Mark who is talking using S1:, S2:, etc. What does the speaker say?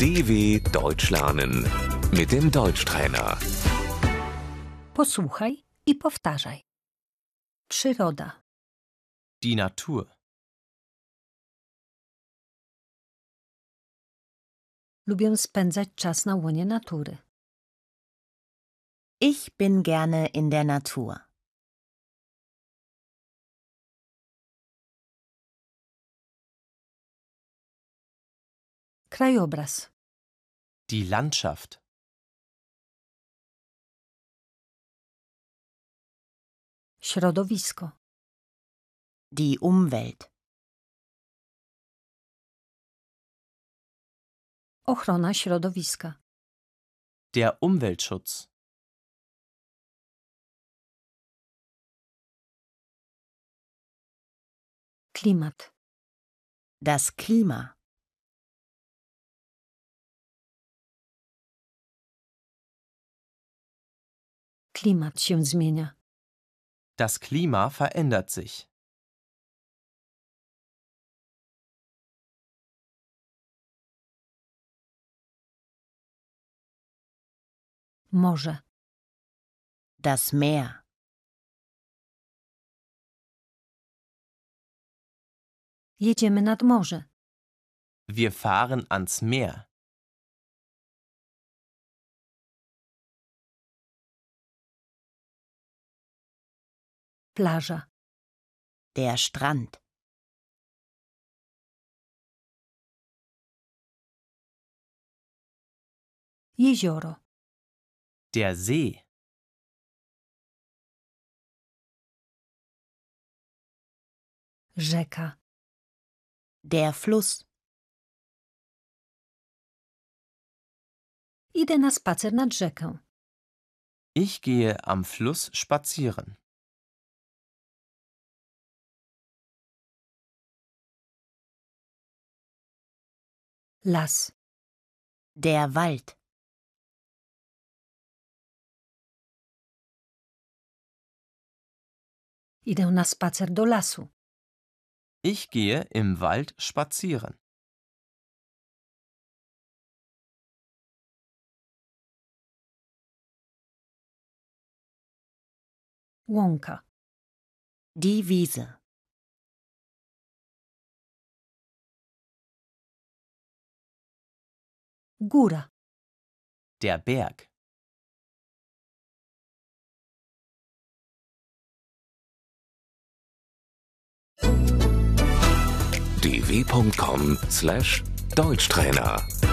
S1: DW Deutsch lernen mit dem Deutschtrainer.
S2: Posłuchaj i powtarzaj. Przyroda,
S3: Die Natur,
S2: lubię spędzać czas na łonie natury.
S4: Ich bin gerne in der Natur.
S2: Krajobraz,
S3: die Landschaft,
S2: środowisko,
S4: Die Umwelt.
S2: ochrona środowiska,
S3: der Umweltschutz,
S2: klimat,
S4: Das Klima.
S2: klimat się zmienia,
S3: das Klima verändert sich,
S2: morze,
S4: Das Meer.
S2: jedziemy nad morze,
S3: wir fahren ans Meer,
S2: plaża,
S4: Der Strand.
S2: jezioro,
S3: der See,
S2: rzeka,
S4: Der Fluss.
S2: idę na spacer nad rzekę,
S3: ich gehe am Fluss spazieren,
S2: las,
S4: Der Wald.
S2: idę na spacer do lasu,
S3: ich gehe im Wald spazieren,
S2: łąka,
S4: Die Wiese.
S2: góra,
S3: der Berg,
S1: dw.com/deutschtrainer